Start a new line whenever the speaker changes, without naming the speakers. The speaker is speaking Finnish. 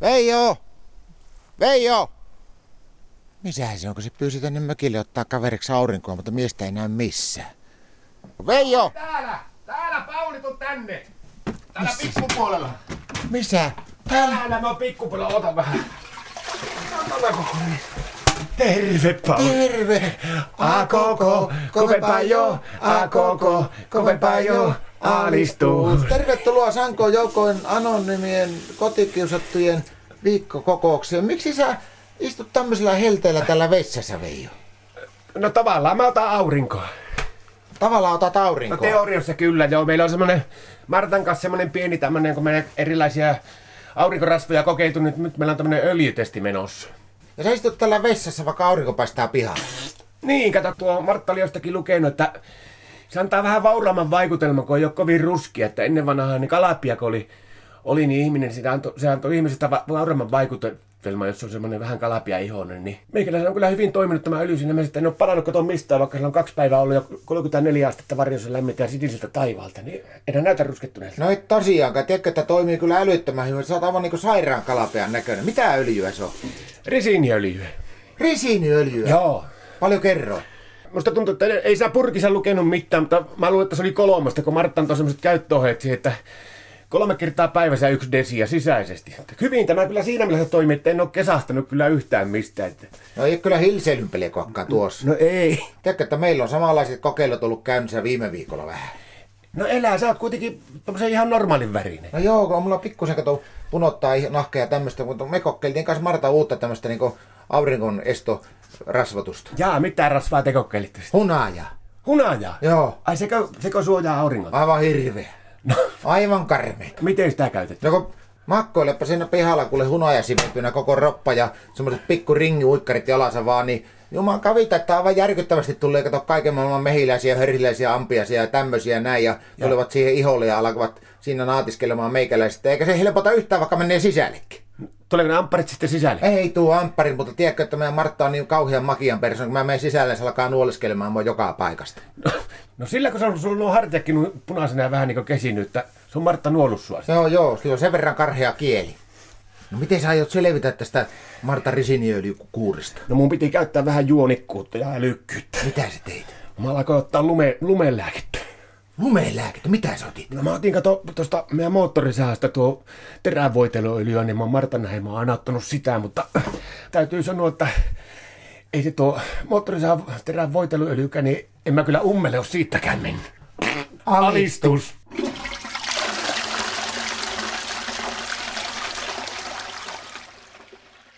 Veijo! Veijo! Misähän se on, kun se pyysi tänne mökille ottaa kaveriksi aurinkoa, mutta miestä ei näy missään. Veijo!
Täällä! Täällä Pauli, tuu tänne! Täällä pikkupuolella!
Missä?
Täällä mä oon pikkupuolella, ota vähän. Ota koko niin. Terve Pauli!
Terve!
A koko, kovempaa jo, a koko, kovempaa jo, alistuu.
Tervetuloa Sanko Joukoin anonymien kotikiusattujen viikkokokoukseen. Miksi sä istut tämmöisellä helteellä täällä vessassa, Veijo?
No tavallaan mä otan aurinkoa.
Tavallaan otat
No
aurinkoa.
teoriassa kyllä, joo. Meillä on semmonen Martan kanssa semmonen pieni tämmönen, kun meillä erilaisia aurinkorasvoja kokeiltu, nyt, nyt meillä on tämmönen öljytesti menossa.
ja sä istut täällä vessassa, vaikka aurinko paistaa pihalle.
Niin, kato, tuo Martta oli jostakin lukenut, että se antaa vähän vauraamman vaikutelman, kun ei ole kovin ruskia. Että ennen vanhaan ne kalapia, kun oli, oli niin ihminen, sitä antoi, se antoi ihmisestä va- vauraamman vaikutelman, jos se on semmoinen vähän kalapia ihonen. Niin. Meikäläinen on kyllä hyvin toiminut tämä öljy siinä mielessä, että en ole palannut katoa mistään, vaikka sillä on kaksi päivää ollut jo 34 astetta varjossa lämmintä ja siniseltä taivaalta. Niin enää näytä ruskettuneelta.
No et tosiaankaan, tiedätkö, että toimii kyllä älyttömän hyvin. Sä oot aivan niinku sairaan kalapean näköinen. Mitä öljyä se on?
Risiiniöljyä.
Risiiniöljyä.
Joo.
Paljon kerro.
Musta tuntuu, että ei saa purkissa lukenut mitään, mutta mä luulen, että se oli kolmasta, kun Martta antoi semmoiset käyttöohjeet siihen, että kolme kertaa päivässä yksi desiä sisäisesti. Että hyvin tämä kyllä siinä mielessä toimii, että en ole kesähtänyt kyllä yhtään mistään. Että...
No ei ole kyllä hilseilympeliäkään tuossa.
No ei.
Tiedätkö, että meillä on samanlaiset kokeilut ollut käynnissä viime viikolla vähän.
No elää, sä oot kuitenkin tommosen ihan normaalin värinen.
No joo, kun on mulla pikkusen kato punottaa ihan nahka ja tämmöistä, mutta me kokeiltiin kanssa Marta uutta tämmöistä niinku aurinkon estorasvotusta.
Jaa, mitä rasvaa te kokeilitte sitten?
Hunaja.
Hunajaa.
Joo.
Ai sekö, sekö suojaa auringolta?
Aivan hirveä.
No,
Aivan karmea.
miten sitä käytetään?
No kun makkoilepa siinä pihalla, kuule hunaja sivettynä koko roppa ja semmoiset pikku ringiuikkarit jalassa vaan, niin Juman kavita, että aivan järkyttävästi tulee kato kaiken maailman mehiläisiä, hörhiläisiä, ampiaisia ja tämmöisiä näin, ja, ja tulevat siihen iholle ja alkavat siinä naatiskelemaan meikäläistä, eikä se helpota yhtään, vaikka menee sisällekin.
Tuleeko ne ampparit sitten sisälle?
Ei tuu amppari, mutta tiedätkö, että meidän Martta on niin kauhean makian persoon, kun mä menen sisälle, se alkaa nuoliskelemaan mua joka paikasta.
No sillä kun se on sulla nuo hartiakin punaisena ja vähän niin kuin kesinyt, että se on Martta nuollut sua.
Se on joo, sillä on sen verran karhea kieli. No miten sä aiot selvitä tästä Marta Risiniöljykuurista?
No mun piti käyttää vähän juonikkuutta ja älykkyyttä.
Mitä sä teit?
Mä alkoin ottaa lume, lumelääkettä.
Lumeen lääkettä, mitä sä otit?
No mä otin kato tuosta meidän moottorisäästä tuo terävoiteluöljyä, niin mä oon Martan heimoa aina ottanut sitä, mutta täytyy sanoa, että ei se tuo moottorisää terävoiteluöljykä, niin en mä kyllä ummele ole siitäkään mennyt. Alistus.